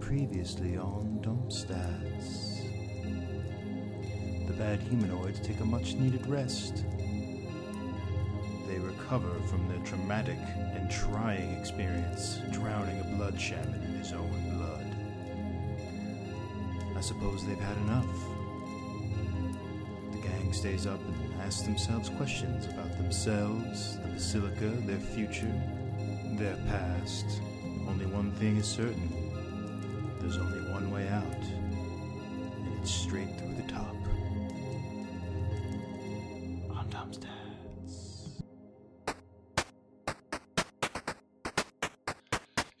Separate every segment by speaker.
Speaker 1: Previously on Dumpstats. The bad humanoids take a much needed rest. They recover from their traumatic and trying experience, drowning a blood shaman in his own blood. I suppose they've had enough. The gang stays up and asks themselves questions about themselves, the Basilica, their future, their past. Only one thing is certain there's only one way out, and it's straight through the top. On Tom's Stats.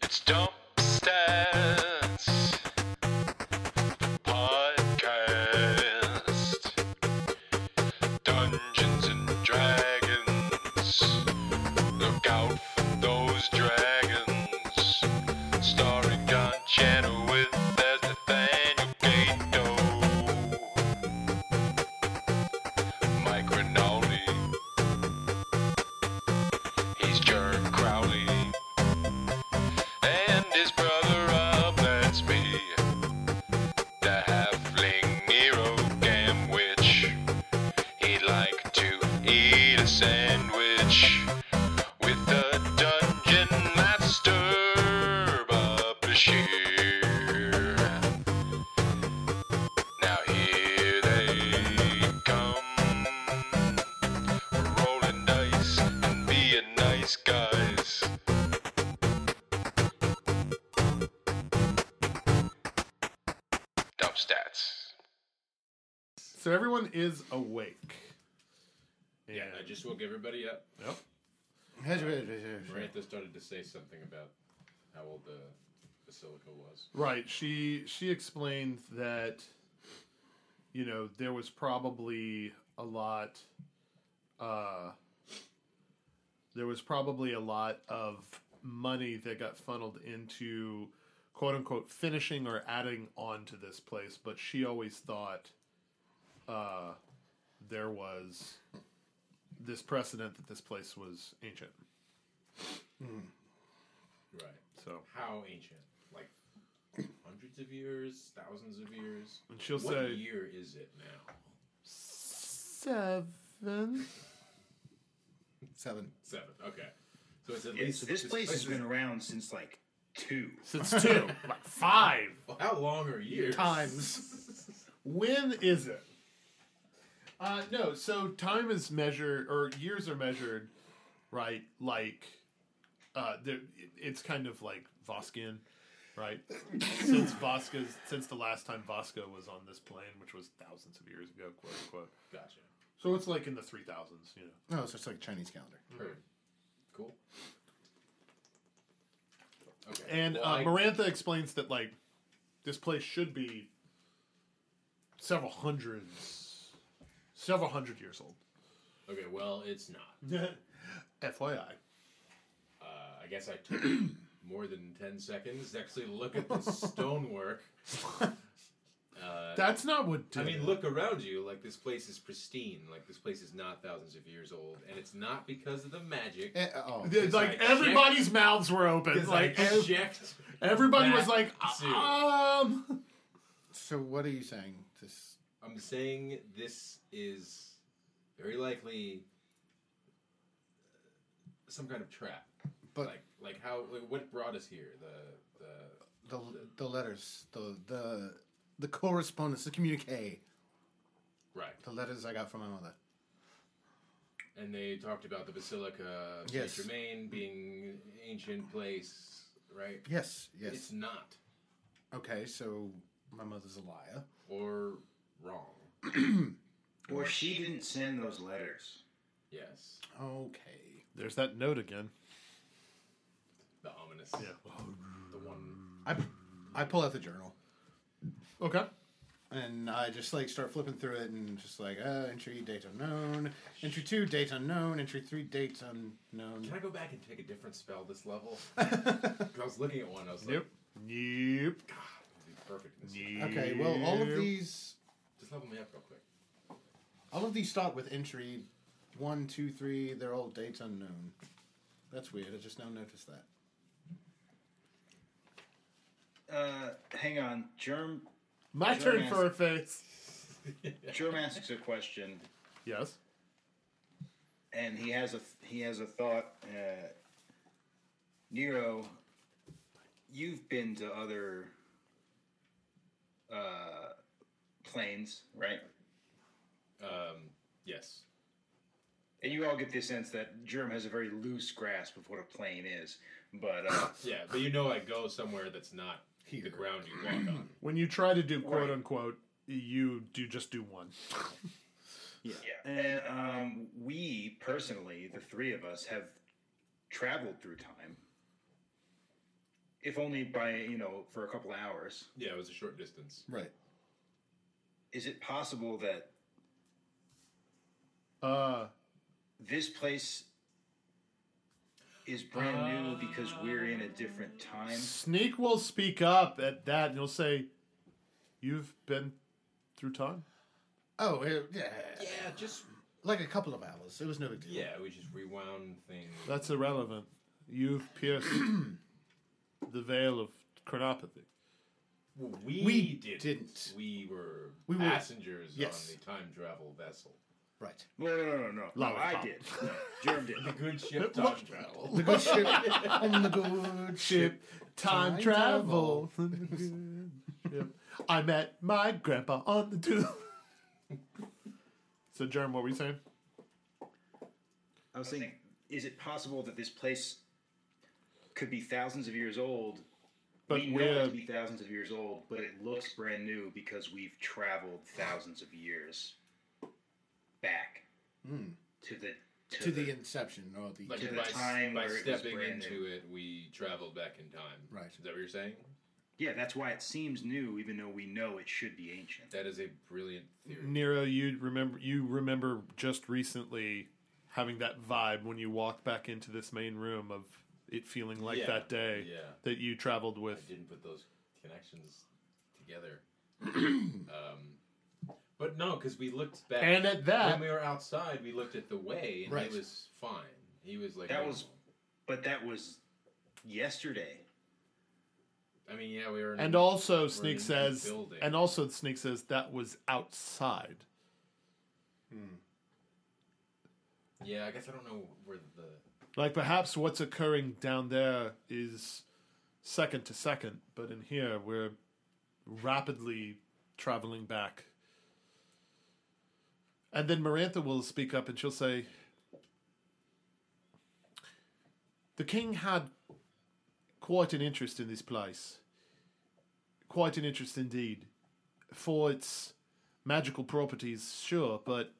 Speaker 2: It's Dump Stats Podcast Dungeons and Dragons. Look out for those dragons. Starring John Channel with as Nathaniel Gato. Mike Rinaldi. He's Jerk Crowley and his brother Rob, that's me. The halfling Nero Gamwich. He'd like to eat a sandwich with the dungeon master, Bob Bashir. Now here they come. We're rolling dice and being nice guys. Dump stats.
Speaker 3: So everyone is awake.
Speaker 4: Yeah, I just woke everybody up.
Speaker 3: Yep.
Speaker 4: Marantha started to say something about how old the basilica was.
Speaker 3: Right. She she explained that you know there was probably a lot. Uh, there was probably a lot of money that got funneled into quote unquote finishing or adding on to this place, but she always thought uh, there was this precedent that this place was ancient.
Speaker 4: Right.
Speaker 3: So
Speaker 4: How ancient? Like hundreds of years, thousands of years.
Speaker 3: And she'll
Speaker 4: what
Speaker 3: say-
Speaker 4: year is it now?
Speaker 3: seven.
Speaker 5: Seven.
Speaker 4: Seven. Okay. So it's at
Speaker 6: Yeah,
Speaker 4: least
Speaker 6: so this place has been
Speaker 4: is-
Speaker 6: around since like two.
Speaker 3: Since two, like five
Speaker 4: How long are years?
Speaker 3: times. When is it? Uh, no, so time is measured, or years are measured, right? Like, uh, there- it's kind of like Voskian, right? since Voska's, since the last time Voska was on this plane, which was thousands of years ago, quote unquote.
Speaker 4: Gotcha.
Speaker 3: So it's like in the three thousands, you know.
Speaker 5: Oh, so it's like Chinese calendar.
Speaker 4: Heard. Cool. Okay.
Speaker 3: And
Speaker 4: well,
Speaker 3: uh,
Speaker 4: I-
Speaker 3: Marantha explains that like this place should be several hundreds, several hundred years old.
Speaker 4: okay. Well, it's not.
Speaker 3: FYI,
Speaker 4: Uh, I guess I took more than ten seconds to actually look at the stonework. Uh,
Speaker 3: that's not what. Did
Speaker 4: I mean,
Speaker 3: it.
Speaker 4: look around you. Like this place is pristine. Like this place is not thousands of years old, and it's not because of the magic.
Speaker 5: Eh, oh,
Speaker 3: It's like
Speaker 4: I checked-
Speaker 3: everybody's mouths were open.
Speaker 4: Because I
Speaker 3: Like ev-
Speaker 4: checked.
Speaker 3: everybody was
Speaker 4: that
Speaker 3: like,
Speaker 4: too.
Speaker 3: um,
Speaker 5: so what are you saying? This
Speaker 4: I'm saying this is very likely some kind of trap.
Speaker 5: But-
Speaker 4: like, like how? Like what brought us here? The the
Speaker 5: the the letters, the the the correspondence, the communique,
Speaker 4: right.
Speaker 5: the letters I got from my mother.
Speaker 4: And they talked about the Basilica of
Speaker 5: Yes.
Speaker 4: Saint Germain being ancient place, right?
Speaker 5: Yes, yes.
Speaker 4: It's not
Speaker 5: okay, so my mother's a liar.
Speaker 4: or wrong.
Speaker 6: Or she didn't send those letters.
Speaker 4: Yes,
Speaker 5: Okay.
Speaker 3: there's that note again.
Speaker 4: the ominous.
Speaker 3: Yeah.
Speaker 4: The one.
Speaker 5: I I pull out the journal
Speaker 3: Okay.
Speaker 5: and I just like start flipping through it and just like uh, entry date unknown, entry two date unknown, entry three date unknown.
Speaker 4: Can I go back and take a different spell this level? 'Cause I was looking at one. I was like,
Speaker 3: Nope. Nope.
Speaker 4: God, it'd be perfect. in this spell."
Speaker 5: Okay, well all of
Speaker 3: Nope.
Speaker 5: these
Speaker 4: Just level me up real quick.
Speaker 5: All of these start with entry one, two, three. They're all dates unknown. That's weird. I just now noticed that.
Speaker 6: uh, hang on. Germ
Speaker 3: My
Speaker 6: Sure,
Speaker 3: turn
Speaker 6: yes.
Speaker 3: for a face.
Speaker 6: Germ asks a question,
Speaker 3: Yes.
Speaker 6: and he has a he has a thought. Uh, Nero, you've been to other uh, planes, right?
Speaker 4: Um, yes.
Speaker 6: And you all get the sense that Germ has a very loose grasp of what a plane is, but uh,
Speaker 4: Yeah, but you know I go somewhere that's not the ground you walk on.
Speaker 3: When you try to do quote
Speaker 6: Right.
Speaker 3: unquote, you do just do one.
Speaker 6: yeah. And um, we personally, the three of us, have traveled through time, if only by you know for a couple of hours.
Speaker 4: Yeah, it was a short distance.
Speaker 5: Right.
Speaker 6: Is it possible that
Speaker 3: Uh,
Speaker 6: this place is brand new because we're in a different time?
Speaker 3: Sneak will speak up at that, and he'll say, "You've been through time."
Speaker 5: Oh, it- yeah.
Speaker 4: Yeah, just
Speaker 5: Like a couple of hours. It was no big deal.
Speaker 4: yeah, we just rewound things.
Speaker 3: That's irrelevant. You've pierced the veil of chronopathy.
Speaker 4: Well, we,
Speaker 5: We
Speaker 4: didn't.
Speaker 5: didn't.
Speaker 4: We were
Speaker 5: We were-
Speaker 4: passengers
Speaker 5: yes.
Speaker 4: on the time travel vessel.
Speaker 5: Right.
Speaker 6: No, no, no, no, no. no I
Speaker 3: Lollipop.
Speaker 6: did. Germ did.
Speaker 4: The good ship time
Speaker 3: What?
Speaker 4: travel.
Speaker 5: The good ship. on the good ship.
Speaker 3: Time,
Speaker 5: Time
Speaker 3: travel. Yep. I met my grandpa on the tube. so, Jerm, what were you saying?
Speaker 6: I was thinking, is it possible that this place could be thousands of years old?
Speaker 3: But
Speaker 6: we know it
Speaker 3: we're
Speaker 6: to be thousands of years old, but it looks brand new because we've traveled thousands of years back to the Hmm. to,
Speaker 5: To
Speaker 6: the,
Speaker 5: the inception or the.
Speaker 4: Like
Speaker 6: To the
Speaker 4: by, s-
Speaker 6: time
Speaker 4: by
Speaker 6: where it was
Speaker 4: stepping
Speaker 6: brand
Speaker 4: into
Speaker 6: new.
Speaker 4: it, we traveled back in time.
Speaker 5: Right.
Speaker 4: Is that what you're saying?
Speaker 6: yeah. That's why it seems new, even though we know it should be ancient.
Speaker 4: That is a brilliant theory.
Speaker 3: Nero. You remember? You remember just recently having that vibe when you walked back into this main room of it feeling like
Speaker 4: Yeah.
Speaker 3: that day
Speaker 4: Yeah.
Speaker 3: that you traveled with.
Speaker 4: I didn't put those connections together. um, but no, because we looked back.
Speaker 3: And at that-
Speaker 4: when we were outside, we looked at the way, and
Speaker 5: Right.
Speaker 4: he was fine. He was like,
Speaker 6: That
Speaker 4: "Oh."
Speaker 6: was- But that was yesterday.
Speaker 4: I mean, yeah, we were. In
Speaker 3: And also,
Speaker 4: in
Speaker 3: Sneak
Speaker 4: the
Speaker 3: says,
Speaker 4: building.
Speaker 3: and also Sneak says that was outside.
Speaker 4: Yeah, I guess I don't know where the.
Speaker 3: Like perhaps what's occurring down there is second to second, but in here we're rapidly traveling back. And then Marantha will speak up and she'll say, The king had quite an interest in this place. Quite an interest indeed. For its magical properties, sure, but.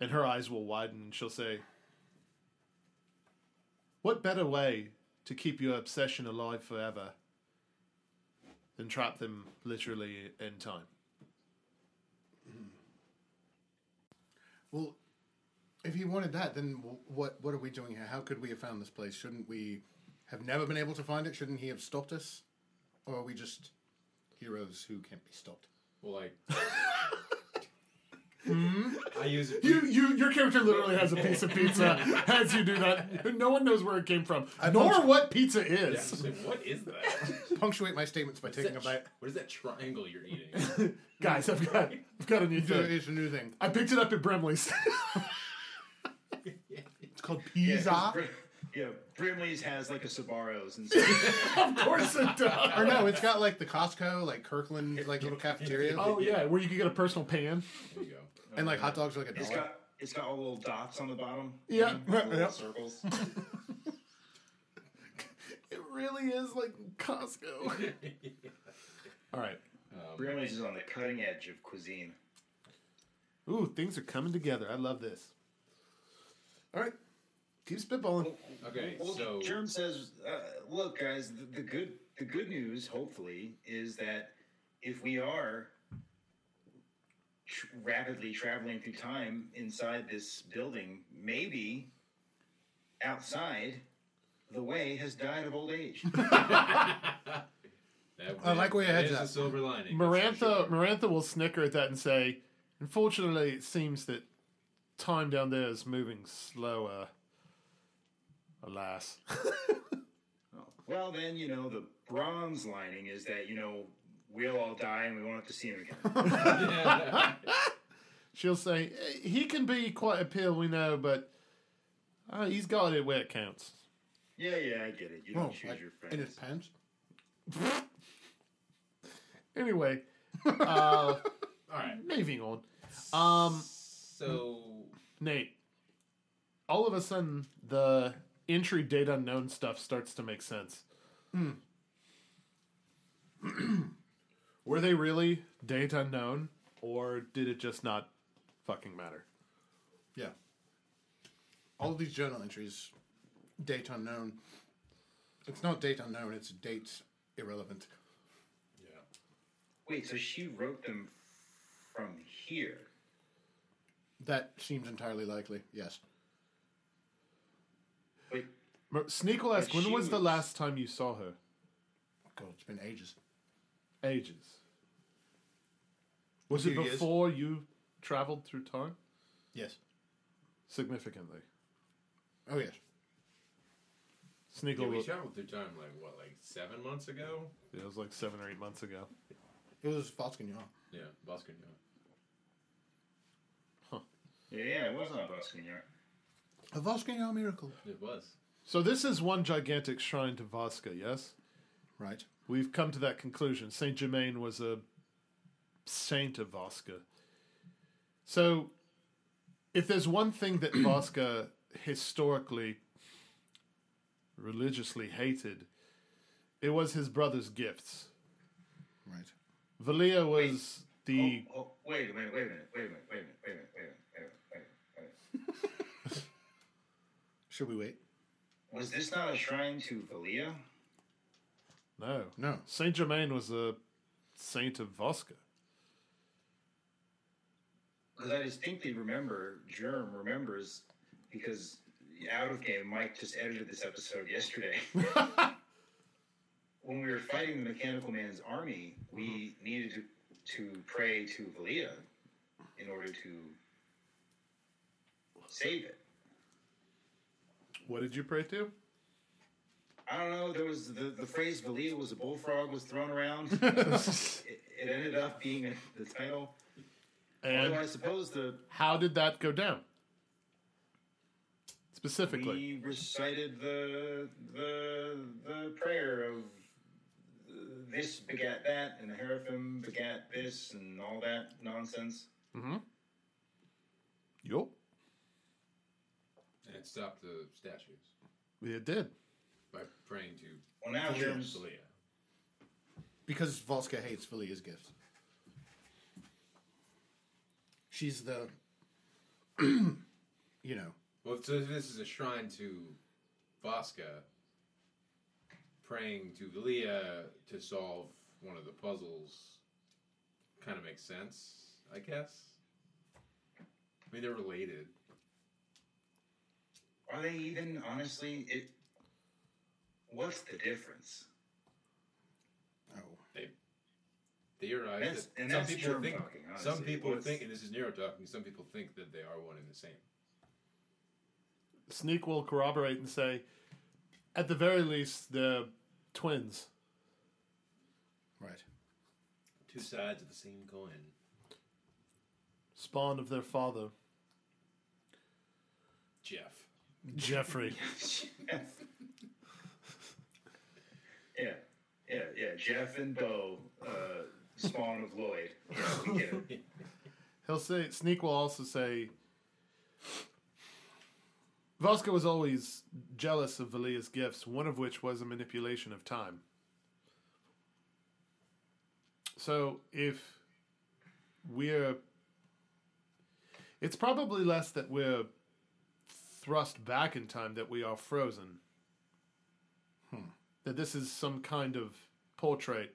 Speaker 3: And her eyes will widen and she'll say, what better way to keep your obsession alive forever than trap them literally in time?
Speaker 5: Well, if he wanted that, then wh- what? What are we doing here? How could we have found this place? Shouldn't we have never been able to find it? Shouldn't he have stopped us? Or are we just heroes who can't be stopped?
Speaker 4: Well, like.
Speaker 6: Hmm?
Speaker 4: I use it.
Speaker 3: You, you, your character literally has a piece of pizza as you do that. No one knows where it came from, nor what pizza
Speaker 4: Yeah,
Speaker 3: is.
Speaker 4: it's like, what is that?
Speaker 5: Punctuate my statements by
Speaker 4: Is
Speaker 5: taking a
Speaker 4: that-
Speaker 5: bite.
Speaker 4: What is that triangle you're eating?
Speaker 3: Guys, I've got, I've got a new thing.
Speaker 5: It's a new thing.
Speaker 3: I picked it up at Brimley's. it's called pizza.
Speaker 6: Br- yeah, Brimley's has like a Sabaros and stuff.
Speaker 3: of course it does.
Speaker 5: Or no, it's got like the Costco, like Kirkland, like little cafeteria,
Speaker 3: Oh yeah, where you can get a personal pan.
Speaker 4: There you go.
Speaker 5: and like hot dogs are like a
Speaker 6: it's
Speaker 5: dollar.
Speaker 6: got it's got all little dots on the bottom. Mm-hmm.
Speaker 3: Yeah,
Speaker 6: Little
Speaker 3: yeah.
Speaker 6: circles.
Speaker 3: It really is like Costco. All right.
Speaker 4: Um,
Speaker 6: Brimley's is on the cutting edge of cuisine.
Speaker 3: Ooh, things are coming together. I love this. All right. Keep spitballing.
Speaker 4: Okay,
Speaker 6: Well,
Speaker 4: so
Speaker 6: Germ says, uh, "Look, guys, the, the good the good news, hopefully, is that if we are tr- rapidly traveling through time inside this building, maybe outside, the way has died of old age.
Speaker 4: that
Speaker 5: I like where your head's
Speaker 4: there's
Speaker 5: at.
Speaker 4: a silver lining. that's for
Speaker 3: Marantha
Speaker 4: sure.
Speaker 3: Marantha will snicker at that and say, Unfortunately it seems that time down there is moving slower. Alas.
Speaker 6: oh, Well, then you know the bronze lining is that you know we'll all die and we won't have to see him again.
Speaker 3: She'll say "Eh, he can be quite a pill, we know, but uh, he's got it where it counts.
Speaker 6: yeah, yeah, I get it. You don't
Speaker 5: Whoa,
Speaker 6: choose
Speaker 5: like,
Speaker 6: your
Speaker 5: in
Speaker 6: friends.
Speaker 5: his pants.
Speaker 3: Anyway, uh,
Speaker 4: All right.
Speaker 3: moving on. Um,
Speaker 4: So
Speaker 3: Nate, all of a sudden the entry date unknown stuff starts to make sense. Hmm. Were they really date unknown, or did it just not fucking matter?
Speaker 5: Yeah. All of these journal entries, date unknown. It's not date unknown, it's date irrelevant.
Speaker 6: Wait, so she wrote them from here?
Speaker 5: That seems entirely likely, yes.
Speaker 6: Wait,
Speaker 3: Mer- Sneak will ask,
Speaker 6: But
Speaker 3: when
Speaker 6: she
Speaker 3: was the
Speaker 6: was-
Speaker 3: last time you saw her?
Speaker 5: God, it's been ages.
Speaker 3: Ages. Was
Speaker 5: Few
Speaker 3: it
Speaker 5: years.
Speaker 3: before you traveled through time?
Speaker 5: Yes.
Speaker 3: Significantly.
Speaker 5: Oh, yes.
Speaker 3: Sneak
Speaker 4: yeah,
Speaker 3: will.
Speaker 4: we
Speaker 3: It
Speaker 4: traveled through time like what, like seven months ago?
Speaker 3: was like seven or eight months ago.
Speaker 5: It was Basquignol.
Speaker 4: Yeah, Boston. Yeah.
Speaker 6: yeah, yeah, it was on Boston Yard.
Speaker 5: A Basquignol miracle.
Speaker 4: It was.
Speaker 3: So this is one gigantic shrine to Vasca, yes?
Speaker 5: Right.
Speaker 3: We've come to that conclusion. Saint Germain was a saint of Vasca. So, if there's one thing that Vasca historically, religiously hated, it was his brother's gifts.
Speaker 5: Right.
Speaker 3: Valia was the.
Speaker 6: Oh, oh, wait a minute, wait a minute, wait a minute, wait a minute, wait a minute, wait a minute, wait a minute, wait a minute, wait a minute.
Speaker 5: Should we wait?
Speaker 6: Was this not a shrine to Valia?
Speaker 3: No.
Speaker 5: No.
Speaker 3: Saint Germain was a saint of Vasca.
Speaker 6: Because I distinctly remember, Germ remembers, because out of game, Mike just edited this episode yesterday. when we were fighting the Mechanical Man's army, we needed to, to pray to Valia in order to save it.
Speaker 3: What did you pray to?
Speaker 6: I don't know. There was the, the phrase "Valia was a bullfrog" was thrown around. it, it ended up being the title. Although I
Speaker 3: And
Speaker 6: suppose the
Speaker 3: how did that go down? Specifically.
Speaker 6: We recited the the the prayer of uh, this begat that, and the Heraphim begat this, and all that nonsense.
Speaker 3: Yup.
Speaker 4: And it stopped the statues
Speaker 3: It did.
Speaker 4: by praying to
Speaker 6: Well, now Germ's
Speaker 4: Valia.
Speaker 5: Because Volska hates Valia's gift. She's the, you know,
Speaker 4: Well, so if this is a shrine to Vasca, praying to Valia to solve one of the puzzles kind of makes sense, I guess. I mean, they're related.
Speaker 6: are they even honestly? It what's the difference?
Speaker 5: oh,
Speaker 4: They theorize
Speaker 6: That's-
Speaker 4: that
Speaker 6: and
Speaker 4: some
Speaker 6: that's
Speaker 4: people
Speaker 6: germ
Speaker 4: think.
Speaker 6: talking,
Speaker 4: some
Speaker 6: honestly.
Speaker 4: people
Speaker 6: What's-
Speaker 4: think, and this is Nero talking. Some people think that they are one and the same.
Speaker 3: Sneak will corroborate and say, at the very least, they're twins.
Speaker 5: right.
Speaker 4: Two sides of the same coin.
Speaker 3: Spawn of their father,
Speaker 4: Jeff.
Speaker 3: Jeffrey.
Speaker 6: yeah, yeah, yeah. Jeff and Bo, uh, spawn of Lloyd. Yeah, we get it.
Speaker 3: He'll say, Sneak will also say, Vasco was always jealous of Valia's gifts, one of which was a manipulation of time. So if we're. It's probably less that we're thrust back in time, that we are frozen. That this is some kind of portrait,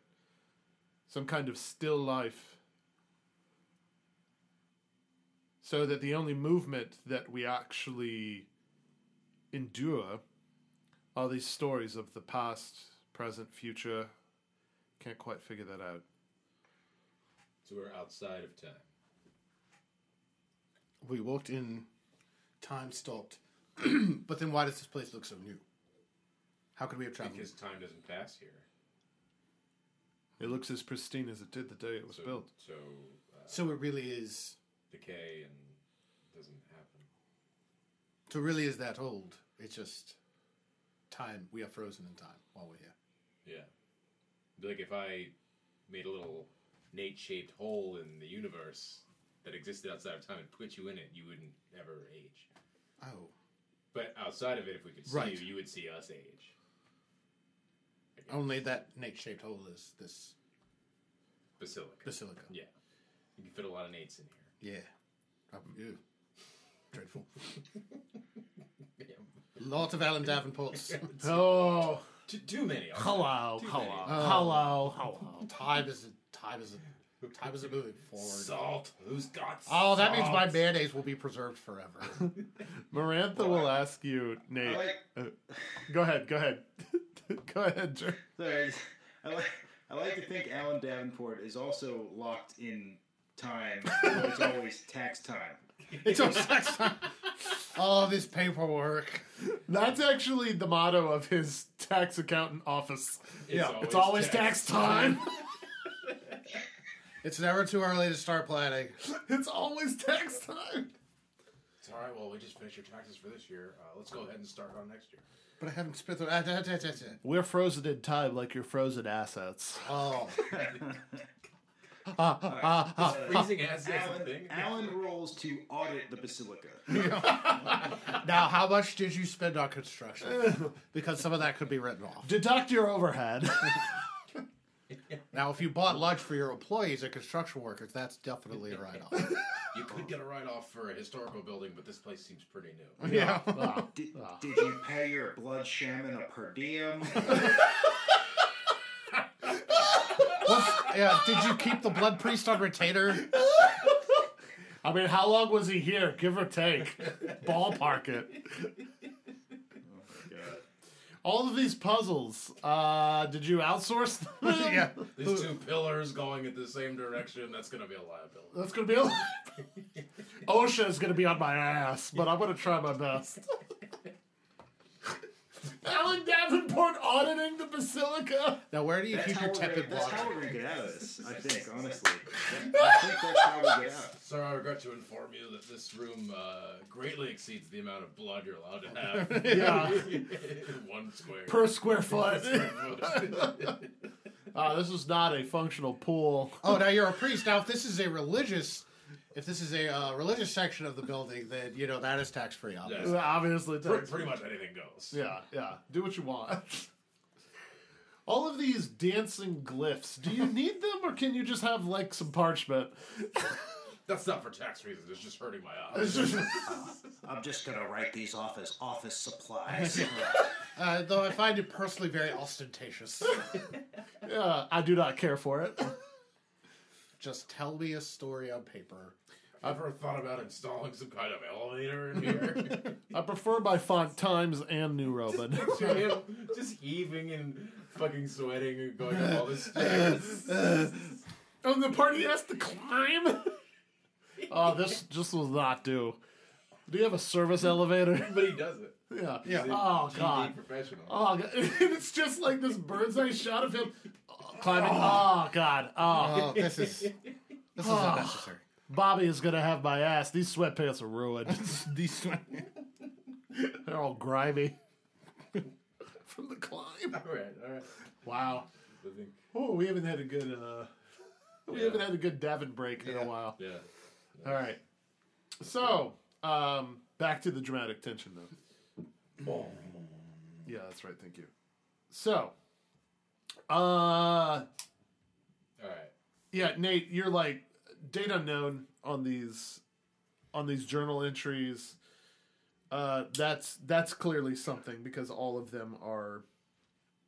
Speaker 3: some kind of still life so that the only movement that we actually endure are these stories of the past, present, future. Can't quite figure that out.
Speaker 4: So we're outside of time.
Speaker 5: We walked in, time stopped. but then why does this place look so new? How could we have traveled?
Speaker 4: because time doesn't pass here.
Speaker 3: It looks as pristine as it did the day it was
Speaker 4: So,
Speaker 3: built.
Speaker 4: so uh,
Speaker 5: so it really is.
Speaker 4: decay and doesn't happen.
Speaker 5: So it really is that old. It's just time. We are frozen in time while we're here.
Speaker 4: Yeah. Be Like if I made a little Nate shaped hole in the universe that existed outside of time and put you in it, you wouldn't ever age.
Speaker 5: Oh,
Speaker 4: But outside of it, if we could see
Speaker 5: Right.
Speaker 4: you, you would see us age. I guess.
Speaker 5: only that Nate-shaped hole is this
Speaker 4: Basilica.
Speaker 5: basilica.
Speaker 4: yeah. You can fit a lot of Nates in here.
Speaker 5: Yeah. Oh, ew. Dreadful.
Speaker 4: Yeah.
Speaker 5: Lot of Alan Davenport's.
Speaker 3: Oh,
Speaker 4: Too, too many. already.
Speaker 3: hello,
Speaker 4: Too
Speaker 3: hello,
Speaker 4: many.
Speaker 3: hello, hello.
Speaker 5: oh. time is a, time is a, time is a moving forward.
Speaker 4: Salt. Who's got
Speaker 5: oh, that means
Speaker 4: salt?
Speaker 5: my mayonnaise will be preserved forever.
Speaker 3: Marantha will ask you, Nate.
Speaker 6: I like,
Speaker 3: Go ahead, go ahead, go ahead, Jer.
Speaker 6: sorry, I like, I like to think Alan Davenport is also locked in time. though it's always tax time.
Speaker 5: it's our sex time. All this paperwork.
Speaker 3: That's actually the motto of his tax accountant office. yeah, it's always tax, time.
Speaker 5: It's never too early to start planning.
Speaker 3: it's always tax time.
Speaker 4: It's all right. Well, we just finished your taxes for this year. Uh, let's go ahead and start on next year.
Speaker 5: But I haven't spent the. ah, da, da, da, da.
Speaker 3: We're frozen in time like your frozen assets.
Speaker 5: Oh,
Speaker 4: Freezing ass
Speaker 6: Uh, Alan,
Speaker 4: thing.
Speaker 6: Alan rolls to audit the basilica.
Speaker 5: now how much did you spend on construction? Because some of that could be written off.
Speaker 3: Deduct your overhead.
Speaker 5: Now, if you bought lunch for your employees or construction workers, that's definitely a write off.
Speaker 4: You could get a write off for a historical building, but this place seems pretty new.
Speaker 5: yeah.
Speaker 6: Did, did you pay your blood shaman a per diem?
Speaker 5: What- yeah. Did you keep the blood priest on retainer?
Speaker 3: I mean, how long was he here, give or take? Ballpark it. All of these puzzles, uh, did you outsource them?
Speaker 5: yeah.
Speaker 4: These two pillars going in the same direction, that's going to be a liability.
Speaker 3: That's gonna be a OSHA's gonna be on my ass, but I'm gonna try my best. Alan Davenport auditing the Basilica.
Speaker 5: Now, where do you
Speaker 6: That's
Speaker 5: keep
Speaker 6: how
Speaker 5: your
Speaker 6: we're
Speaker 5: tepid
Speaker 6: gonna- That's how
Speaker 5: water?
Speaker 6: we're going to get out of this, I think, honestly. I think that's how we get out.
Speaker 4: Sir, I regret to inform you that this room uh, greatly exceeds the amount of blood you're allowed to have.
Speaker 3: Yeah.
Speaker 4: One square.
Speaker 3: Per square foot.
Speaker 4: foot.
Speaker 3: Uh, this is not a functional pool.
Speaker 5: Oh, now you're a priest. Now, if this is a religious, if this is a uh, religious section of the building, then you know that is tax free.
Speaker 4: Yeah.
Speaker 3: Obviously,
Speaker 4: pretty, pretty much anything goes.
Speaker 3: Yeah, yeah. Do what you want. All of these dancing glyphs, do you need them or can you just have like some parchment?
Speaker 4: That's not for tax reasons. It's just hurting my
Speaker 3: It's
Speaker 4: eyes.
Speaker 3: just-
Speaker 6: I'm just going to write these off as office supplies.
Speaker 5: Uh, though I find it personally very ostentatious.
Speaker 3: yeah, I do not care for it.
Speaker 5: Just tell me a story on paper.
Speaker 4: I've ever thought about installing some kind of elevator in here.
Speaker 3: I prefer my font Times and New Roman.
Speaker 4: Picture him just heaving and fucking sweating and going up all the stairs.
Speaker 3: And the party has to climb. oh, this just will not do. Do you have a service elevator?
Speaker 4: But he does it.
Speaker 3: yeah.
Speaker 5: Yeah.
Speaker 4: He's a
Speaker 3: Oh,
Speaker 4: TV
Speaker 3: God.
Speaker 4: Professional.
Speaker 3: Oh god. it's just like this bird's eye shot of him climbing.
Speaker 5: Ah.
Speaker 3: Oh god. Oh.
Speaker 5: Oh, this is this is unnecessary.
Speaker 3: Bobby is gonna have my ass. These sweatpants are ruined. These sweat. They're all grimy from the climb.
Speaker 4: All right, all right.
Speaker 3: Wow.
Speaker 4: I think,
Speaker 3: Oh, we haven't had a good. uh We
Speaker 4: Yeah.
Speaker 3: haven't had a good Davin break in a while.
Speaker 4: yeah.
Speaker 3: All right. So, um, back to the dramatic tension, though.
Speaker 4: Oh.
Speaker 3: yeah, that's right. Thank you. So, uh,
Speaker 4: All right.
Speaker 3: yeah, Nate, you're like date unknown on these on these journal entries. Uh, that's that's clearly something because all of them are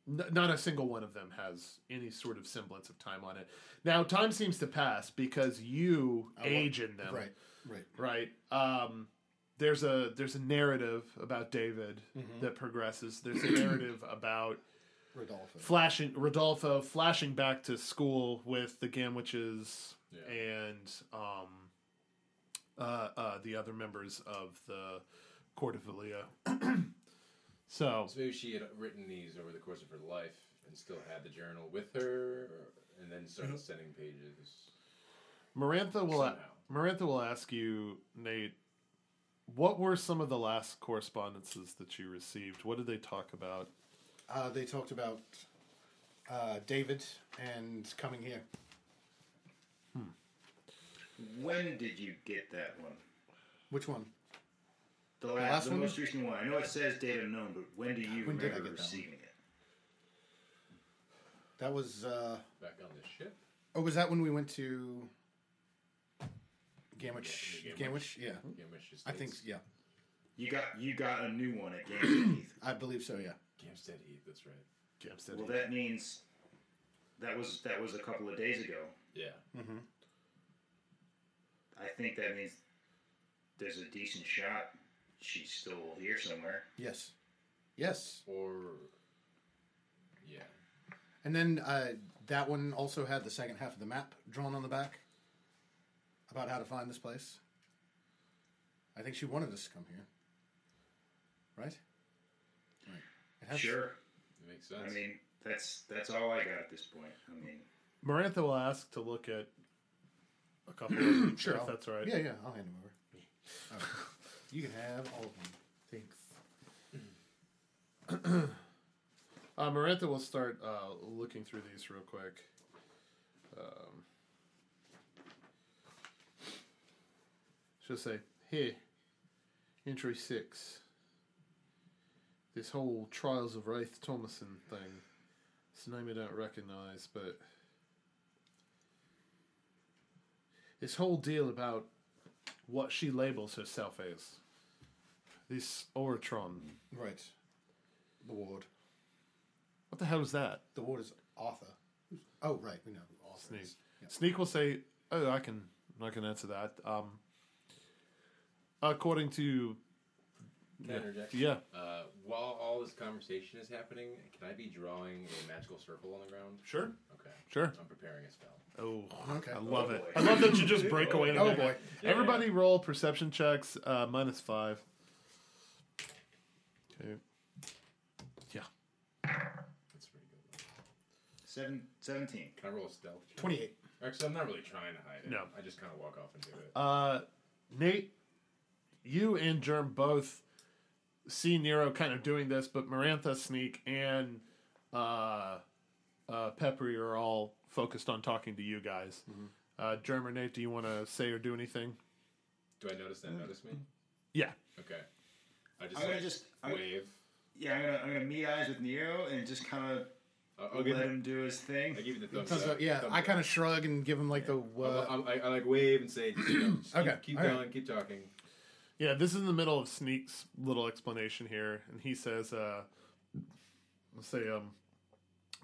Speaker 3: n- not a single one of them has any sort of semblance of time on it. Now, time seems to pass because you age in them
Speaker 5: Right, right.
Speaker 3: right um there's a there's a narrative about david
Speaker 5: Mm-hmm.
Speaker 3: that progresses there's a narrative about
Speaker 5: Rodolfo.
Speaker 3: flashing rodolfo flashing back to school with the gamwiches
Speaker 4: Yeah.
Speaker 3: and um uh, uh the other members of the court of Valia. So
Speaker 4: So maybe she had written these over the course of her life and still had the journal with her, or, and then started sending pages.
Speaker 3: Marantha will
Speaker 4: Somehow.
Speaker 3: Marantha will ask you, Nate, what were some of the last correspondences that you received? What did they talk about?
Speaker 5: Uh, they talked about uh, David and coming here.
Speaker 6: When did you get that one?
Speaker 5: Which one?
Speaker 6: The last,
Speaker 5: last
Speaker 6: the
Speaker 5: one?
Speaker 6: most recent one. I know it says date unknown, but when do you
Speaker 5: When did I
Speaker 6: remember
Speaker 5: get that one?
Speaker 6: receiving it?
Speaker 5: That was. Uh,
Speaker 4: Back on the ship?
Speaker 5: oh, was that when we went to Gamwich?
Speaker 4: Yeah,
Speaker 5: Gamwich,
Speaker 4: Gamwich.
Speaker 5: yeah.
Speaker 4: Gamish Estates.
Speaker 5: I think, yeah.
Speaker 6: You got you got a new one at Games Heath.
Speaker 5: I believe so, yeah.
Speaker 4: Gamstead Heath, that's right.
Speaker 6: Well, that means that was that was a couple of days ago.
Speaker 4: Yeah.
Speaker 6: I think that means there's a decent shot she's still here somewhere.
Speaker 5: Yes. Yes.
Speaker 4: Or. Yeah.
Speaker 5: And then uh, that one also had the second half of the map drawn on the back about how to find this place. I think she wanted us to come here. Right? Right. It has-
Speaker 6: Sure.
Speaker 4: It makes sense.
Speaker 6: I mean, that's that's all I got at this point. I mean,
Speaker 3: Marantha will ask to look at a couple of them,
Speaker 5: Sure.
Speaker 3: if
Speaker 5: I'll-
Speaker 3: that's all right.
Speaker 5: Yeah, yeah. I'll hand them over. All right. You can have all of them.
Speaker 3: Thanks. uh, Marantha will start uh, looking through these real quick. Um, she'll say, here, entry six. This whole Trials of Wraith Thomason thing. It's a name I don't recognize, but. This whole deal about what she labels herself as this Oratron.
Speaker 5: Right. The ward.
Speaker 3: What the hell is that?
Speaker 5: The ward is Arthur. Oh, right. We know who Arthur
Speaker 3: Sneak.
Speaker 5: is. Yeah.
Speaker 3: Sneak will say, "Oh, I can, I can answer that." Um, according to
Speaker 4: Can I interject?
Speaker 3: yeah,
Speaker 4: Uh, while all this conversation is happening, can I be drawing a magical circle on the ground?
Speaker 3: sure,
Speaker 4: Okay.
Speaker 3: sure.
Speaker 4: I'm preparing a spell.
Speaker 3: Oh,
Speaker 5: Okay.
Speaker 3: I love
Speaker 6: Oh,
Speaker 3: it.
Speaker 6: boy.
Speaker 3: I love that you just break away. and
Speaker 5: Oh,
Speaker 3: go-
Speaker 5: boy.
Speaker 3: Everybody, roll perception checks uh, minus five. Okay. Yeah.
Speaker 4: That's pretty good.
Speaker 6: seven, 17.
Speaker 4: Can I roll a stealth? check?
Speaker 5: 28.
Speaker 4: Actually, I'm not really trying to hide it.
Speaker 3: No.
Speaker 4: I just kind of walk off and do it.
Speaker 3: Uh, Nate, you and Germ both see Nero kind of doing this, but Marantha, Sneak, and uh, uh, Peppery are all focused on talking to you guys. Uh, Germ or Nate, do you want to say or do anything?
Speaker 4: do I notice them? Notice me?
Speaker 3: Yeah.
Speaker 4: Okay. I just,
Speaker 6: I'm gonna
Speaker 4: like,
Speaker 6: just- I'm-
Speaker 4: wave.
Speaker 6: Yeah, I'm gonna I'm gonna meet eyes with Nero and just kind of
Speaker 4: i I'll
Speaker 6: let
Speaker 4: give
Speaker 6: him do his thing.
Speaker 4: I give you the thumbs,
Speaker 5: Sounds
Speaker 4: up.
Speaker 5: like- yeah,
Speaker 4: thumbs
Speaker 5: I
Speaker 4: up.
Speaker 5: kind of shrug and give him like the. Uh,
Speaker 4: I, I, I like wave and say, just, you know, just keep-
Speaker 5: Okay,
Speaker 4: keep
Speaker 5: all right.
Speaker 4: going, keep talking.
Speaker 3: Yeah, this is in the middle of Sneak's little explanation here, and he says, uh, let's say, um,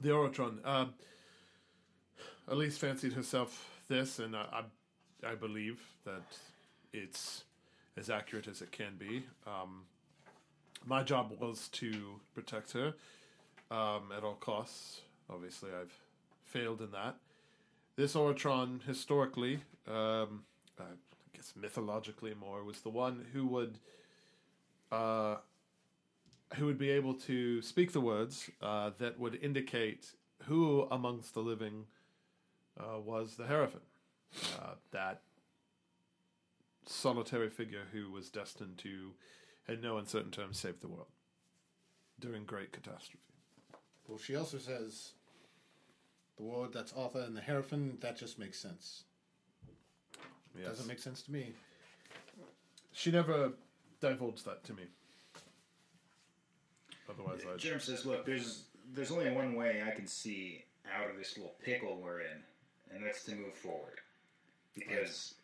Speaker 3: the Orotron, um, Elise fancied herself this, and I, I, I believe that it's as accurate as it can be. Um, my job was to protect her um, at all costs. Obviously, I've failed in that. This Oratron, historically, um, I guess mythologically more, was the one who would, uh, who would be able to speak the words uh, that would indicate who amongst the living uh, was the Hierophant. Uh, that solitary figure who was destined to, in no uncertain terms, save the world during great catastrophe.
Speaker 5: Well, she also says the ward that's Arthur and the Hierophant, that just makes sense.
Speaker 3: Yes.
Speaker 5: Doesn't make sense to me.
Speaker 3: She never divulged that to me. Otherwise, I'd.
Speaker 6: Jim says, "Look, there's there's only one way I can see out of this little pickle we're in, and that's to move forward. Because,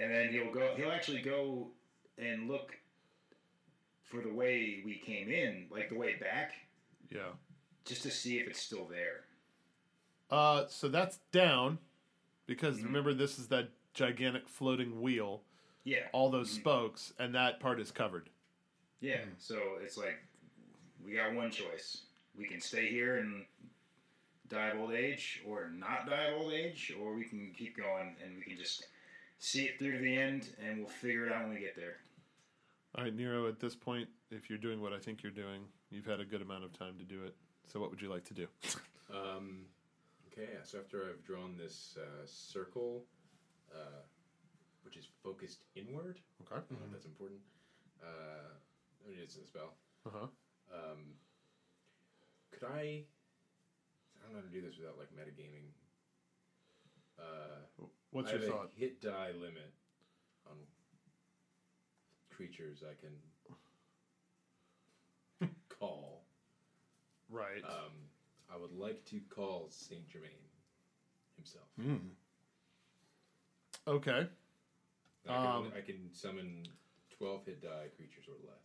Speaker 6: and then he'll go. He'll actually go and look for the way we came in, like the way back,
Speaker 3: Yeah.
Speaker 6: just to see if it's still there.
Speaker 3: Uh, so that's down, because remember this is that gigantic floating wheel,
Speaker 6: Yeah,
Speaker 3: all those spokes, and that part is covered.
Speaker 6: yeah.
Speaker 4: Mm.
Speaker 6: So it's like we got one choice: we can stay here and." Die of old age, or not die of old age, or we can keep going and we can just see it through to the end, and we'll figure it out when we get there.
Speaker 3: All right, Nero, at this point, if you're doing what I think you're doing, you've had a good amount of time to do it. So, what would you like to do?
Speaker 4: Um, okay, so after I've drawn this uh, circle, uh, which is focused inward,
Speaker 3: Okay. Mm-hmm.
Speaker 4: I don't know if that's important. Uh, I mean, it's a spell.
Speaker 3: Uh huh.
Speaker 4: Um, could I? I don't know how to do this without like metagaming. Uh,
Speaker 3: What's
Speaker 4: I
Speaker 3: your
Speaker 4: have a
Speaker 3: thought?
Speaker 4: hit die limit on creatures I can call.
Speaker 3: Right.
Speaker 4: Um, I would like to call Saint Germain himself.
Speaker 3: Hmm. okay.
Speaker 4: I, can,
Speaker 3: Um,
Speaker 4: I can summon twelve hit die creatures or less.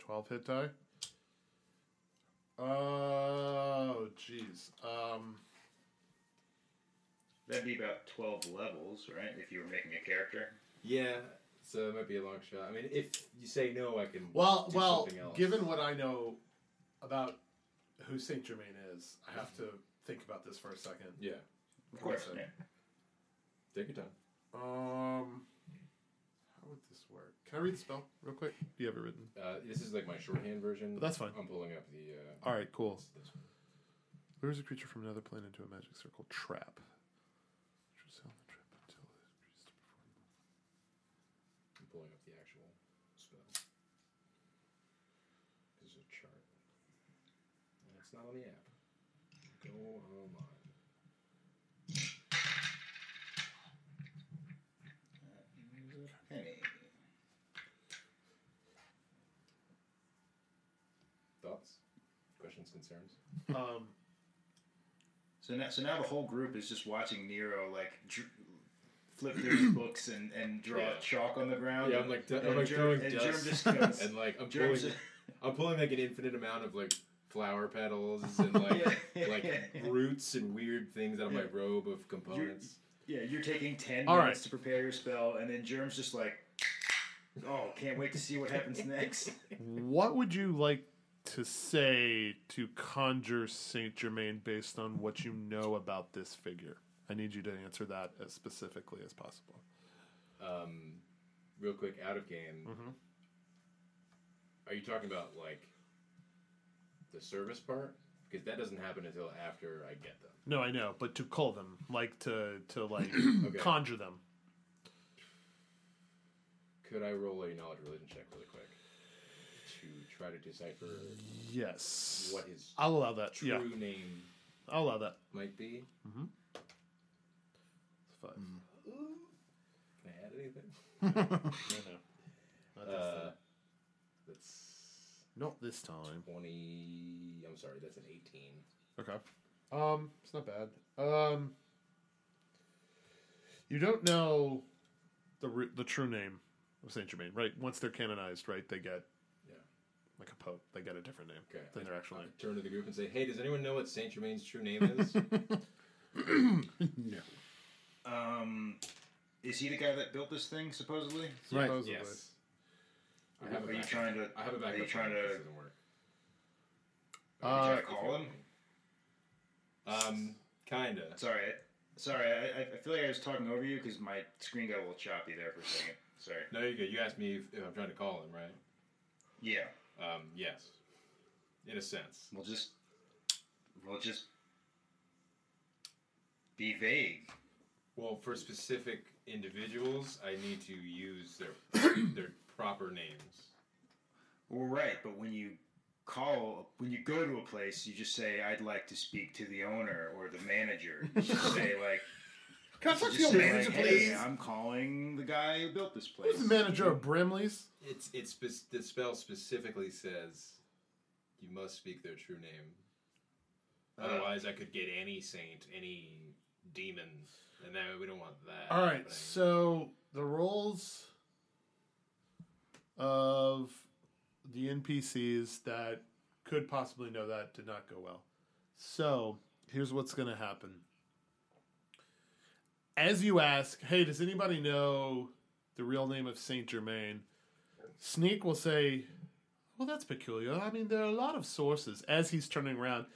Speaker 3: 12 hit die. Oh, jeez. Um,
Speaker 6: That'd be about 12 levels, right? If you were making a character.
Speaker 4: Yeah, so it might be a long shot. I mean, if you say no, I can.
Speaker 3: well,
Speaker 4: do
Speaker 3: well,
Speaker 4: something else.
Speaker 3: given what I know about who Saint Germain is, I have to think about this for a second.
Speaker 4: yeah,
Speaker 6: Of course.
Speaker 3: Okay.
Speaker 6: Yeah.
Speaker 4: take your time.
Speaker 3: Um, how would this work? Can I read the spell real quick? Do you have it written?
Speaker 4: Uh, this is like my shorthand version.
Speaker 3: That's fine.
Speaker 4: I'm pulling up the. Uh,
Speaker 3: All right, cool.
Speaker 4: this- this one.
Speaker 3: Lures a creature from another plane into a magic circle trap. Creatures on the trap until it agrees to perform.
Speaker 4: I'm pulling up the actual spell. There's a chart. And it's not on the app. Go online.
Speaker 6: Penny.
Speaker 4: Thoughts? Questions? Concerns?
Speaker 3: Um,
Speaker 6: So now, so now the whole group is just watching Nero like dr- flip through his books and, and draw
Speaker 4: Yeah.
Speaker 6: chalk on the ground.
Speaker 4: Yeah, I'm like,
Speaker 6: and
Speaker 4: I'm like
Speaker 6: Germ-
Speaker 4: throwing
Speaker 6: and
Speaker 4: dust.
Speaker 6: Germ just comes.
Speaker 4: and like I'm
Speaker 6: Germ
Speaker 4: pulling,
Speaker 6: just-
Speaker 4: I'm pulling like an infinite amount of like flower petals and like
Speaker 6: Yeah.
Speaker 4: like roots and weird things out of my
Speaker 6: Yeah.
Speaker 4: robe of components.
Speaker 6: yeah, you're taking ten
Speaker 3: All
Speaker 6: minutes
Speaker 3: right.
Speaker 6: to prepare your spell, and then Germ's just like, oh, can't wait to see what happens next.
Speaker 3: what would you like to say to conjure Saint Germain based on what you know about this figure? I need you to answer that as specifically as possible.
Speaker 4: Um, real quick, out of game.
Speaker 3: Mhm.
Speaker 4: Are you talking about like the service part? Because that doesn't happen until after I get them.
Speaker 3: No, I know, but to call them, like to to like conjure them.
Speaker 4: Could I roll a knowledge religion check really quick to try to decipher
Speaker 3: Yes,
Speaker 4: what his
Speaker 3: I'll allow that.
Speaker 4: true
Speaker 3: Uh, Yeah,
Speaker 4: name
Speaker 3: I'll allow that.
Speaker 4: might be?
Speaker 3: Five.
Speaker 4: Can I add anything?
Speaker 3: Not this
Speaker 4: Uh,
Speaker 3: time.
Speaker 4: that's
Speaker 3: Not this time.
Speaker 4: 20. I'm sorry, that's an 18.
Speaker 3: Okay. Um, it's not bad. Um, you don't know the ru- the true name of Saint Germain, right? Once they're canonized, right, they get
Speaker 4: Yeah.
Speaker 3: like a pope. They get a different name
Speaker 4: Okay.
Speaker 3: than their actual
Speaker 4: I
Speaker 3: name.
Speaker 4: turn to the group and say, hey, does anyone know what Saint Germain's true name is?
Speaker 6: Um, is he the guy that built this thing supposedly?
Speaker 5: Right.
Speaker 3: Supposedly.
Speaker 4: yes. I have, a
Speaker 6: Are you
Speaker 4: backup. Uh,
Speaker 6: trying to?
Speaker 4: I have a
Speaker 6: Are
Speaker 4: backup.
Speaker 6: you trying
Speaker 4: plan if
Speaker 6: to?
Speaker 4: This doesn't work.
Speaker 6: Are
Speaker 3: Uh,
Speaker 6: you trying to call him?
Speaker 4: Um, kinda.
Speaker 6: Sorry, I- sorry. I, I- I feel like I was talking over you because my screen got a little choppy there for a second. Sorry.
Speaker 4: No, you're good. You asked me if, if I'm trying to call him, right?
Speaker 6: Yeah,
Speaker 4: Um, yes. In a sense.
Speaker 6: we'll just we'll just be vague.
Speaker 4: Well, for specific individuals, I need to use their their proper names.
Speaker 6: Well, right, but when you call, when you go to a place, you just say, "I'd like to speak to the owner or the manager." You just say like,
Speaker 5: Can I
Speaker 6: you
Speaker 5: talk to
Speaker 6: just
Speaker 5: your
Speaker 6: say, like,
Speaker 5: manager,
Speaker 6: "Hey,
Speaker 5: please?
Speaker 6: I'm calling the guy who built this place.
Speaker 3: Who's the manager of Brimley's?
Speaker 4: It's it's spec- the spell specifically says you must speak their true name.
Speaker 3: Uh,
Speaker 4: Otherwise, I could get any saint, any demon, and that we don't want that.
Speaker 3: All right,
Speaker 4: happening.
Speaker 3: so the roles of the NPCs that could possibly know that did not go well. So here's what's going to happen. As you ask, hey, does anybody know the real name of Saint Germain? Sneak will say, well, that's peculiar. I mean, there are a lot of sources. As he's turning around,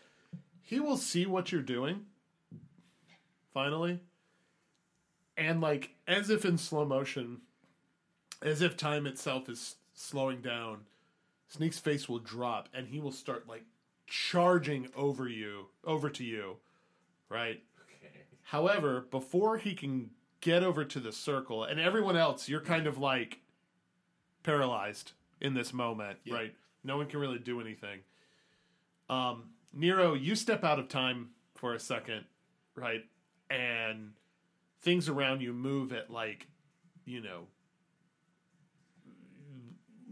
Speaker 3: he will see what you're doing. Finally, and like as if in slow motion, as if time itself is slowing down, Sneak's face will drop and he will start like charging over you, over to you, right?
Speaker 4: Okay.
Speaker 3: However, before he can get over to the circle and everyone else, you're kind of like paralyzed in this moment, right? No one can really do anything. Um, Nero, you step out of time for a second, right? And things around you move at like, you know,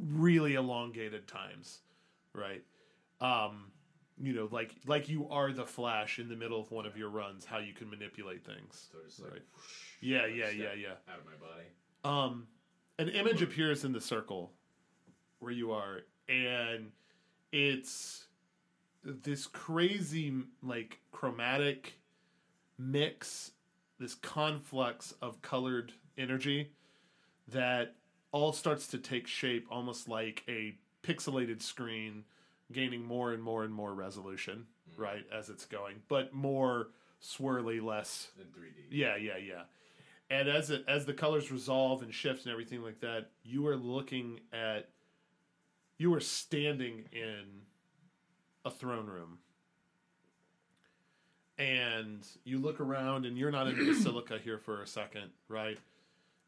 Speaker 3: really elongated times, right? Um, you know, like like you are the Flash in the middle of one of your runs, how you can manipulate things.
Speaker 4: So just like
Speaker 3: Right. Yeah, yeah, yeah, yeah.
Speaker 4: out of my body.
Speaker 3: Um, an image appears in the circle where you are, and it's this crazy, like, chromatic mix, this conflux of colored energy that all starts to take shape almost like a pixelated screen, gaining more and more and more resolution, right, as it's going, but more swirly, less
Speaker 4: In 3D.
Speaker 3: yeah, yeah, yeah. And as it as the colors resolve and shift and everything like that, you are looking at you are standing in a throne room. And you look around and you're not in the basilica here for a second, right?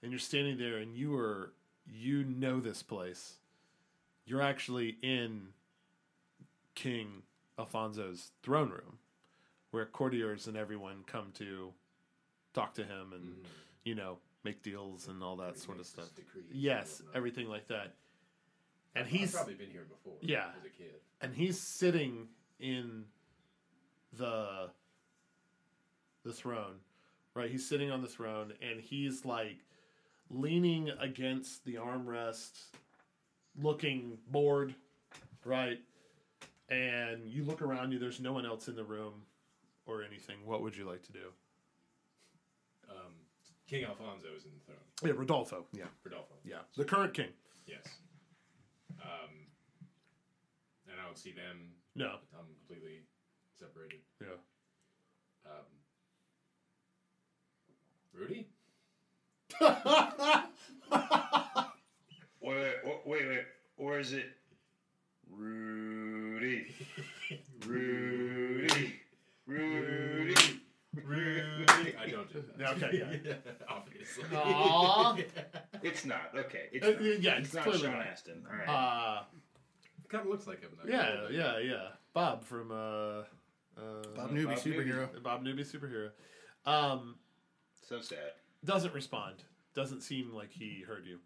Speaker 3: And you're standing there and you are you know this place. You're actually in King Alfonso's throne room where courtiers and everyone come to talk to him and you know make deals and all that sort of
Speaker 4: makes
Speaker 3: stuff.
Speaker 4: decrees and
Speaker 3: Yes,
Speaker 4: whatnot.
Speaker 3: everything like that. And
Speaker 4: I've
Speaker 3: he's
Speaker 4: probably been here before.
Speaker 3: Yeah.
Speaker 4: As a kid.
Speaker 3: and he's sitting in the the throne right he's sitting on the throne and he's like leaning against the armrest looking bored right and you look around you there's no one else in the room or anything what would you like to do
Speaker 4: Um, King Alfonso is in the throne.
Speaker 3: yeah rodolfo yeah
Speaker 4: Rodolfo.
Speaker 3: yeah the current king
Speaker 4: Yes. Um, and I don't see them.
Speaker 3: no
Speaker 4: I'm completely separated.
Speaker 3: yeah
Speaker 4: Um, Rudy?
Speaker 6: Wait, wait, wait, wait. Or is it Rudy? Rudy. Rudy.
Speaker 4: Rudy? I don't do that.
Speaker 3: okay yeah
Speaker 4: Obviously.
Speaker 3: Aw.
Speaker 6: It's not. Okay. It's
Speaker 3: Uh,
Speaker 6: not.
Speaker 3: yeah,
Speaker 6: it's
Speaker 3: it's
Speaker 6: not
Speaker 3: clearly
Speaker 6: Sean
Speaker 3: not.
Speaker 6: Astin. All right.
Speaker 3: uh,
Speaker 4: kind of looks like him, though.
Speaker 3: yeah yeah yeah bob from uh uh,
Speaker 5: Bob Newby,
Speaker 4: Bob Newby.
Speaker 5: superhero.
Speaker 3: The Bob Newby superhero. Um,
Speaker 6: so sad.
Speaker 3: doesn't respond. Doesn't seem like he heard you.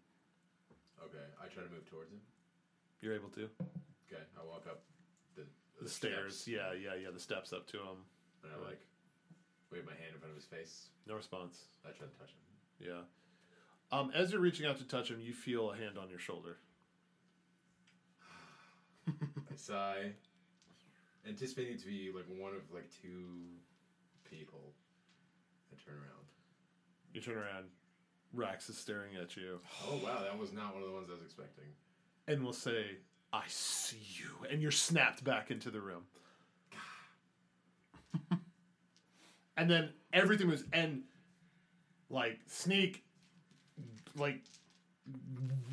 Speaker 4: Okay, I try to move towards him.
Speaker 3: You're able to.
Speaker 4: Okay, I walk up the,
Speaker 3: The stairs.
Speaker 4: steps,
Speaker 3: Yeah, yeah, yeah. The steps up to him.
Speaker 4: And I like wave my hand in front of his face.
Speaker 3: No response.
Speaker 4: I try to touch him.
Speaker 3: Yeah. Um, as you're reaching out to touch him, you feel a hand on your shoulder.
Speaker 4: I sigh, anticipating to be like one of like two people. I turn around.
Speaker 3: You turn around. Rax is staring at you
Speaker 4: Oh wow, that was not one of the ones I was expecting.
Speaker 3: and will say, "I see you," and you're snapped back into the room. and then everything was and like sneak like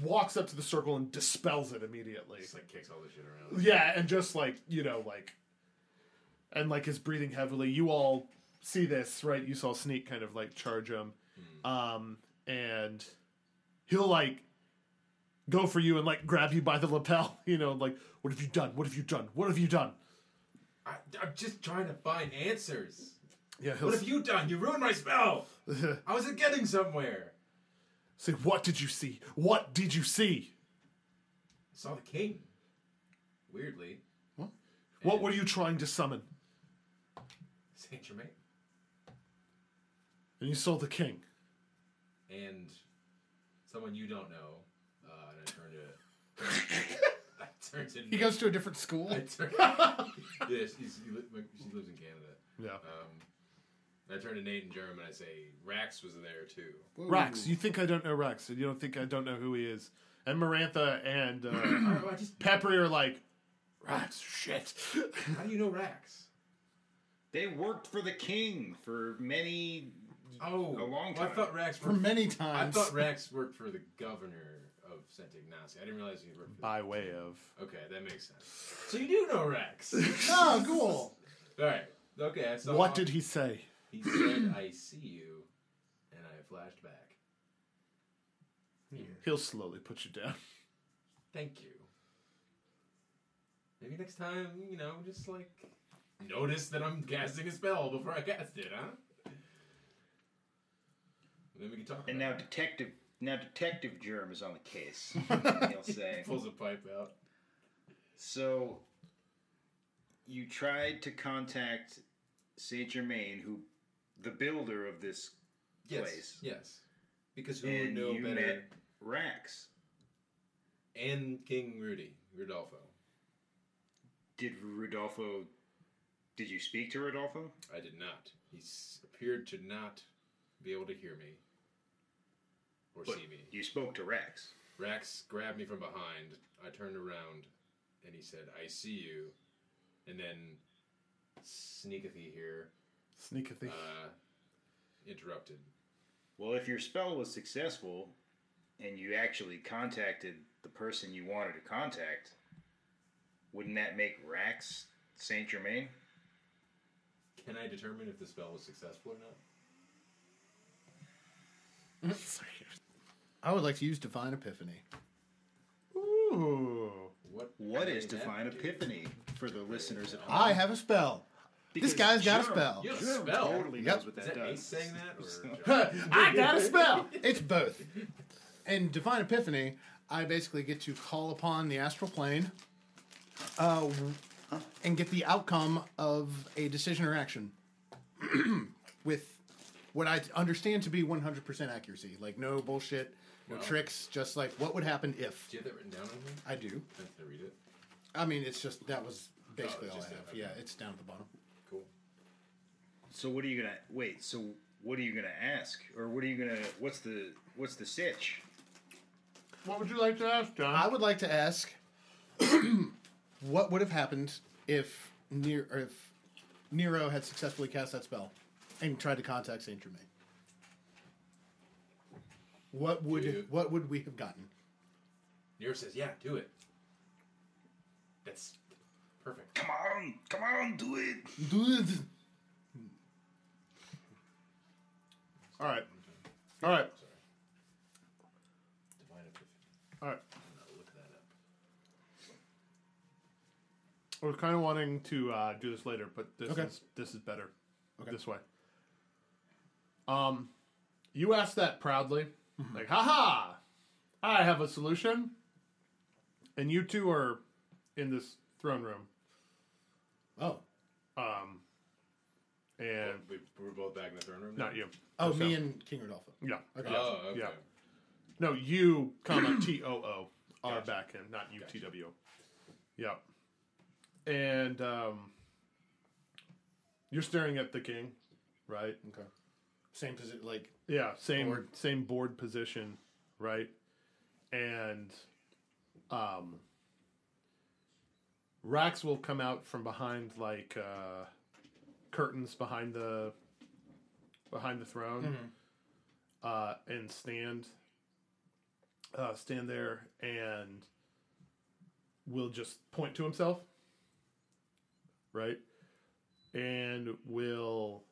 Speaker 3: walks up to the circle and dispels it immediately
Speaker 4: Just like kicks all this shit around.
Speaker 3: yeah and just like you know like and like is breathing heavily you all see this right you saw sneak kind of like charge him um and he'll like go for you and like grab you by the lapel you know like what have you done what have you done what have you done
Speaker 4: I, I'm just trying to find answers.
Speaker 3: yeah he'll
Speaker 4: What have you done? You ruined my spell. I was getting somewhere.
Speaker 3: say what did you see what did you see
Speaker 4: I saw the king. Weirdly,
Speaker 3: what were you trying to summon
Speaker 4: Saint Germain.
Speaker 3: and you saw the king
Speaker 4: and someone you don't know. Uh, and I turned to. I turned to.
Speaker 5: He goes to a different school.
Speaker 4: I turned, yeah, she's, she, li- she lives in Canada.
Speaker 3: yeah
Speaker 4: Um, and I turned to Nate and Jerem and I say, Rax was there too.
Speaker 3: Rax, you think I don't know Rax, and you don't think I don't know who he is. And Marantha and uh,
Speaker 4: Oh, I just,
Speaker 3: Peppery are like, Rax, shit.
Speaker 4: how do you know Rax?
Speaker 6: They worked for the king for many.
Speaker 4: Oh,
Speaker 6: A long
Speaker 4: well, I
Speaker 6: time.
Speaker 4: thought Rax
Speaker 5: for
Speaker 4: worked,
Speaker 5: many
Speaker 4: I
Speaker 5: times.
Speaker 4: thought Rax worked for the governor of sent Ignacio. I didn't realize you worked for
Speaker 3: by way of.
Speaker 4: Okay, that makes sense. So you do know Rex.
Speaker 5: Oh, cool.
Speaker 4: All right. Okay, I saw.
Speaker 3: What did he say?
Speaker 4: he said? I see you, and I flashed back. Here.
Speaker 3: He'll slowly put you down.
Speaker 4: Thank you. Maybe next time, you know, just like notice that I'm casting a spell before I cast it, huh? Then we can talk.
Speaker 6: And
Speaker 4: about
Speaker 6: now
Speaker 4: it.
Speaker 6: detective now detective Germ is on the case. And he'll say,
Speaker 4: pulls a pipe out.
Speaker 6: "So you tried to contact Saint Germain, who the builder of this
Speaker 4: Yes.
Speaker 6: Place.
Speaker 4: Yes. Because who would
Speaker 6: and
Speaker 4: know
Speaker 6: you
Speaker 4: better?
Speaker 6: met Rax.
Speaker 4: And King Rudy Rodolfo.
Speaker 6: Did Rodolfo? Did you speak to Rodolfo?
Speaker 4: I did not. He s- appeared to not be able to hear me or
Speaker 6: But
Speaker 4: see me.
Speaker 6: You spoke to Rax.
Speaker 4: Rax grabbed me from behind. I turned around, and he said, "I see you," and then sneakethy here
Speaker 3: Sneak a thief.
Speaker 4: uh, interrupted.
Speaker 6: Well, if your spell was successful, and you actually contacted the person you wanted to contact, wouldn't that make Rax Saint Germain?
Speaker 4: Can I determine if the spell was successful or not?
Speaker 5: I would like to use Divine Epiphany.
Speaker 3: Ooh.
Speaker 4: What?
Speaker 6: What
Speaker 4: can
Speaker 6: is
Speaker 4: that
Speaker 6: divine
Speaker 4: do?
Speaker 6: epiphany for the listeners at home?
Speaker 5: I have a spell.
Speaker 6: Because
Speaker 5: this guy's got a
Speaker 6: Germ-
Speaker 5: spell.
Speaker 4: You have a
Speaker 6: Germ
Speaker 4: spell?
Speaker 6: Totally
Speaker 5: Yep.
Speaker 6: knows what
Speaker 4: Is
Speaker 6: that,
Speaker 4: that
Speaker 6: does.
Speaker 4: Ace saying that? Or
Speaker 5: I got a spell. It's both. In Divine Epiphany, I basically get to call upon the astral plane uh, and get the outcome of a decision or action with what I understand to be 100% accuracy. Like, no bullshit, no, tricks, just like what would happen if.
Speaker 4: do you have that written down on here?
Speaker 5: I do.
Speaker 4: I'm gonna read it.
Speaker 5: I mean, it's just that was basically
Speaker 4: Oh,
Speaker 5: all I
Speaker 4: just
Speaker 5: have.
Speaker 4: that,
Speaker 5: Yeah,
Speaker 4: okay.
Speaker 5: it's down at the bottom.
Speaker 4: Cool.
Speaker 6: So what are you gonna wait? So what are you gonna ask, or what are you gonna? What's the what's the sitch?
Speaker 3: What would you like to ask, John?
Speaker 5: I would like to ask what would have happened if Nero, if Nero had successfully cast that spell and tried to contact Saint Germain. What would
Speaker 4: Dude.
Speaker 5: what would we have gotten?
Speaker 4: Nero says, "Yeah, do it." That's perfect.
Speaker 6: Come on, come on, do it.
Speaker 5: Oh,
Speaker 3: All right. All right.
Speaker 4: Sorry. Divine epiphany.
Speaker 3: All right.
Speaker 4: I'm gonna look that up.
Speaker 3: I was kind of wanting to uh, do this later, but this
Speaker 5: Okay.
Speaker 3: is this is better this way. Um, you asked that proudly, like, haha, I have a solution, and you two are in this throne room,
Speaker 5: Oh,
Speaker 3: um, and
Speaker 4: We, we're both back in the throne room. now?
Speaker 3: not you,
Speaker 5: oh,
Speaker 3: So-
Speaker 5: me and King Rodolfo.
Speaker 3: yeah,
Speaker 5: Okay.
Speaker 4: Oh, okay.
Speaker 3: Yeah. no, you, comma T O O are back in, not U T W. Yep, and um, you're staring at the king, right?
Speaker 5: Okay. Same position, like
Speaker 3: Yeah, same
Speaker 5: Board.
Speaker 3: same board position, right? And um Rax will come out from behind like uh curtains behind the behind the throne uh and stand uh stand there and will just point to himself right and will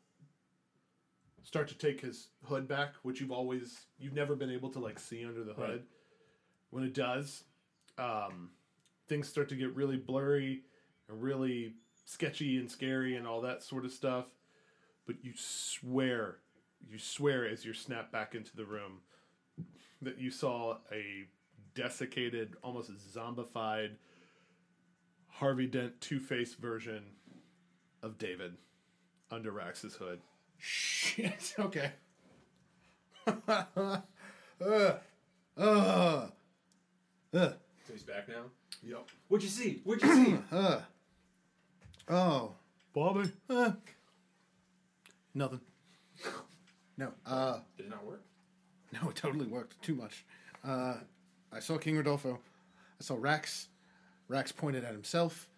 Speaker 3: start to take his hood back, which you've always you've never been able to like see under the hood.
Speaker 5: Right.
Speaker 3: When it does, um, things start to get really blurry and really sketchy and scary and all that sort of stuff. But you swear, you swear as you're snapped back into the room that you saw a desiccated, almost zombified Harvey Dent Two Face version of David under Rax's hood.
Speaker 5: shit. Okay. Ugh. Ugh. Ugh.
Speaker 4: So he's back now.
Speaker 3: Yep.
Speaker 4: What'd you see? What'd you see?
Speaker 5: Ugh. Oh.
Speaker 3: Bobby.
Speaker 5: Uh, nothing. No. Uh,
Speaker 4: Did it not work?
Speaker 5: no, it totally worked. Too much. Uh, I saw King Rodolfo. I saw Rax. Rax pointed at himself.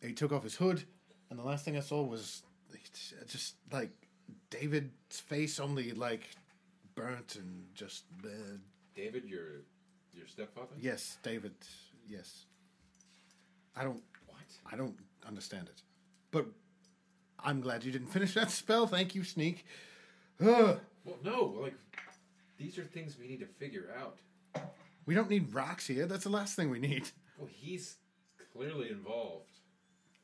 Speaker 5: He took off his hood. And the last thing I saw was just like David's face, only like burnt and just. Uh,
Speaker 4: David, your Your stepfather?
Speaker 5: Yes, David. Yes. I don't.
Speaker 4: What?
Speaker 5: I don't understand it. But I'm glad you didn't finish that spell. Thank you, Sneak. Ugh.
Speaker 4: Well, no. Like, these are things we need to figure out.
Speaker 5: We don't need rocks here. That's the last thing we need.
Speaker 4: Well, he's clearly involved,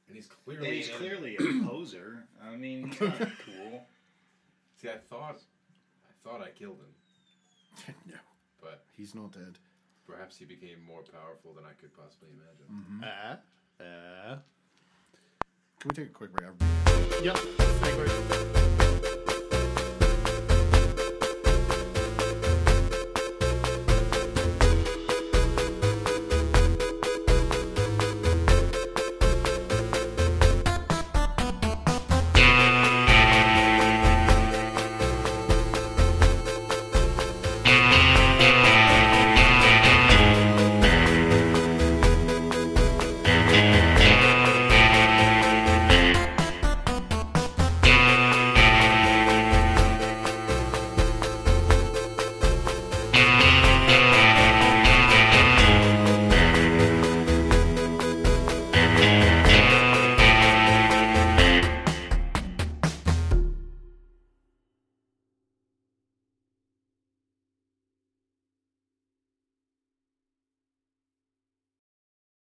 Speaker 4: and he's clearly.
Speaker 6: And he's
Speaker 4: an enemy.
Speaker 6: clearly a poser. I mean, he's not cool.
Speaker 4: See, I thought, I thought I killed him,
Speaker 5: no,
Speaker 4: but
Speaker 5: he's not dead.
Speaker 4: perhaps he became more powerful than I could possibly imagine.
Speaker 5: Uh,
Speaker 3: Ah, ah.
Speaker 5: Can we take a quick break? I-
Speaker 3: Yep. Thank you.